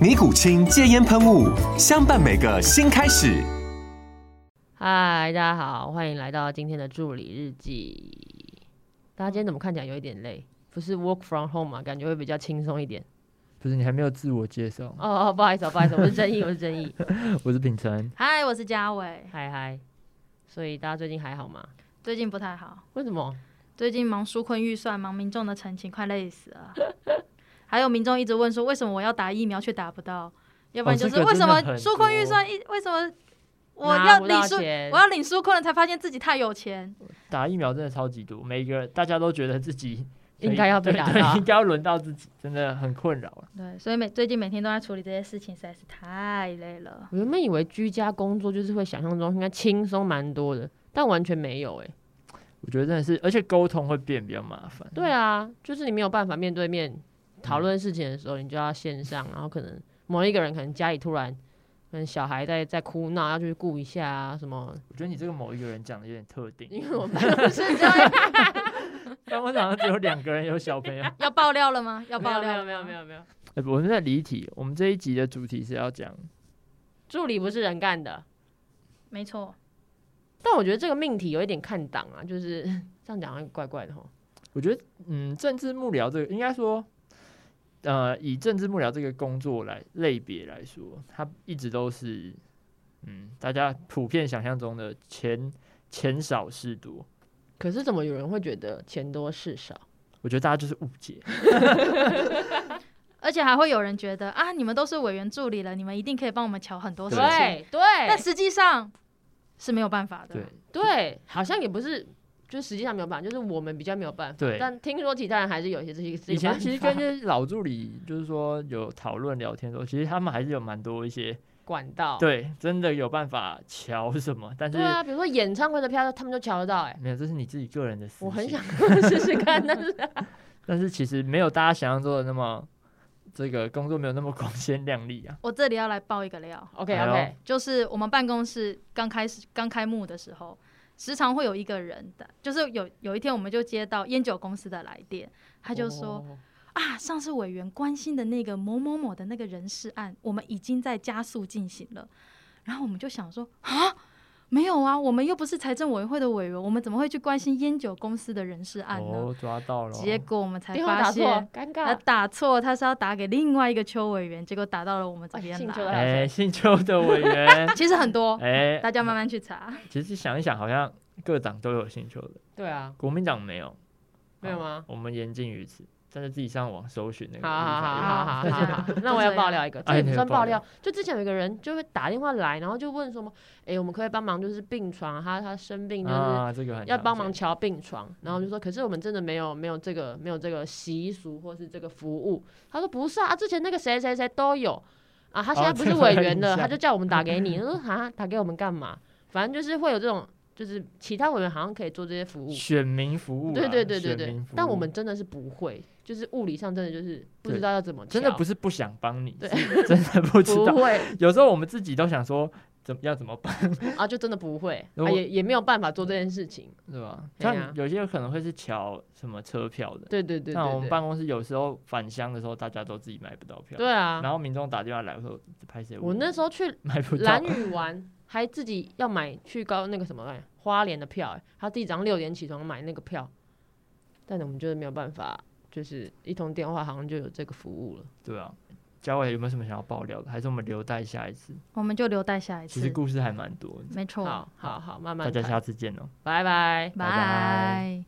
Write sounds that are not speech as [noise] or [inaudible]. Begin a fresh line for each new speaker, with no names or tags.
尼古清戒烟喷雾，相伴每个新开始。
嗨，大家好，欢迎来到今天的助理日记。大家今天怎么看起来有一点累？不是 work from home 嘛，感觉会比较轻松一点。
不是你还没有自我介绍，
哦哦，不好意思哦，不好意思，我是正义，我是正义。
[laughs] 我是品成，
嗨，我是嘉伟。
嗨嗨，所以大家最近还好吗？
最近不太好，
为什么？
最近忙纾困预算，忙民众的陈情，快累死 [laughs] 了。还有民众一直问说，为什么我要打疫苗却打不到？要不然
哦
就
这
是
个
为什么
真的很
纾困预算一为什么我
拿
要
不
领
到
纾
钱
我要领纾困了，才发现自己太有钱。
打疫苗真的超级多，每一个大家都觉得自 [laughs] 己
应该要被
对
打
对
到
应该要轮到自己，真的很困扰啊。
对，所以每最近每天都在处理这些事情，实在是太累 [laughs] 了。
我原本以为居家工作就是会想象中应该轻松蛮多的，但完全没有哎、
我觉得真的是，而且沟通会变比较麻烦。
对啊，就是你没有办法面对面讨论事情的时候，你就要线上，然后可能某一个人可能家里突然，可能小孩在在哭闹，要去顾一下啊什
[laughs]
么。
我觉得你这个某一个人讲的有点特 [laughs] 定，
因为我们不是这样，
但我好像只有两个人有小朋友。
要爆料了 [laughs] 吗？要爆料了吗？
有没有，
[laughs] 哎我们在离题，我们这一集的主题是要讲，
助理不是人干的。
没错，
但我觉得这个命题有一点看档啊，就是这样讲好像怪怪的吼。
我觉得嗯，政治幕僚这个应该说。呃，以政治幕僚这个工作来类别来说，它一直都是，嗯，大家普遍想象中的钱钱少事多，
可是怎么有人会觉得钱多事少？
我觉得大家就是误解，
而且还会有人觉得啊，你们都是委员助理了，你们一定可以帮我们瞧很多事情。
对对，
但实际上是没有办法的。
对
对，好像也不是，就实际上没有办法，就是我们比较没有办法。
对
但听说其他人还是有一些这些这些
以前
办
其实跟一
法
些老助理，就是说有讨论聊天的时候，其实他们还是有蛮多
[laughs]
一些，
管道。
对，真的有办法瞧什么，但是
哦对啊，比如说演唱会的票，他们都瞧得到哎、
没有，这是你自己个人的事。
我很想 [laughs] 试试 [laughs] 看，但是
但是其实没有大家想象中的那么，这个工作没有那么光鲜亮丽啊。
我这里要来爆一个料，
OK
哎呦
OK，
就是我们办公室刚开始刚开幕的时候，时常会有一个人的，就是有有一天我们就接到烟酒公司的来电，他就说、
哦
啊，上次委员关心的那个某某某的那个人事案，我们已经在加速进行了。然后我们就想说啊，没有啊，我们又不是财政委员会的委员，我们怎么会去关心烟酒公司的人事案呢？
哦，抓到了哦，
结果我们才
电话
发
打错啊
现，。
尴
他
尬。
打错，他是要打给另外一个邱委员，结果打到了我们这
哎
边
姓邱的
来。
哎，姓邱的
[laughs]
委员
[laughs] ，其实
[laughs]
很多，
哎，
大家慢慢去查。
其实想一想，好像各党都有姓邱的，
对啊，
国民党没有，
没有
好
吗？
我们严禁于此，但是自己上网搜寻那个立
好
法
好
院。
好好好
就这
好
样
好
就，
[laughs] 那我要
这
爆
样
料一个，这
哎
也不
你
算
爆
爆料
料，
就之前有一个人就会打电话来，然后就问说么，哎，我们可不可以帮忙，就是病床啊，他他生病就是
啊，这嗯个很
要
常
帮忙
见
瞧病床，然后就说，可是我们真的没有没有这个没有这个习俗或是这个服务，他说不是啊，之前那个谁谁谁都有啊，他现在
哦
不
这
是
个
委
有
员
印
了，他
象
就叫我们打给你，他说啊，打给我们干嘛？反正就是会有这种，就是其他委员好像可以做这些服务，
选民服务啦，
对对对对
选
对
民服，务
但我们真的是不会，就是物理上真的就是不知
对
道要怎么
真的
调
不是不想帮你，
对
是 [laughs] 真的不知道
不。
[laughs]
会
有时候我们自己都想说怎么要怎么办，
啊，就真的不会，
如
啊、
果
也也没有办法做这件事情。
对吧？
对啊
像有些可能会是瞧什么车票的，
对对对
像我
对
们
对，
办公室有时候返乡的时候，大家都自己买不到票，
对啊，
然后民众打电话来说拍谁？
我那时候去
买不到
蓝，屿玩，还自己要买去高那个什么哎花莲的票、哎他自己早上六点起床买那个票，但我们就是没有办法，就是一通电话好像就有这个服务了。
[laughs] 对啊。嘉伟有没有什么想要爆料的？还是我们留待下一次？
我们就留待下一
其实
次。
故事还蛮多的，
没错，
好好好，慢
哦大
慢
家
看，
下次见哦。
拜拜。
拜拜
拜。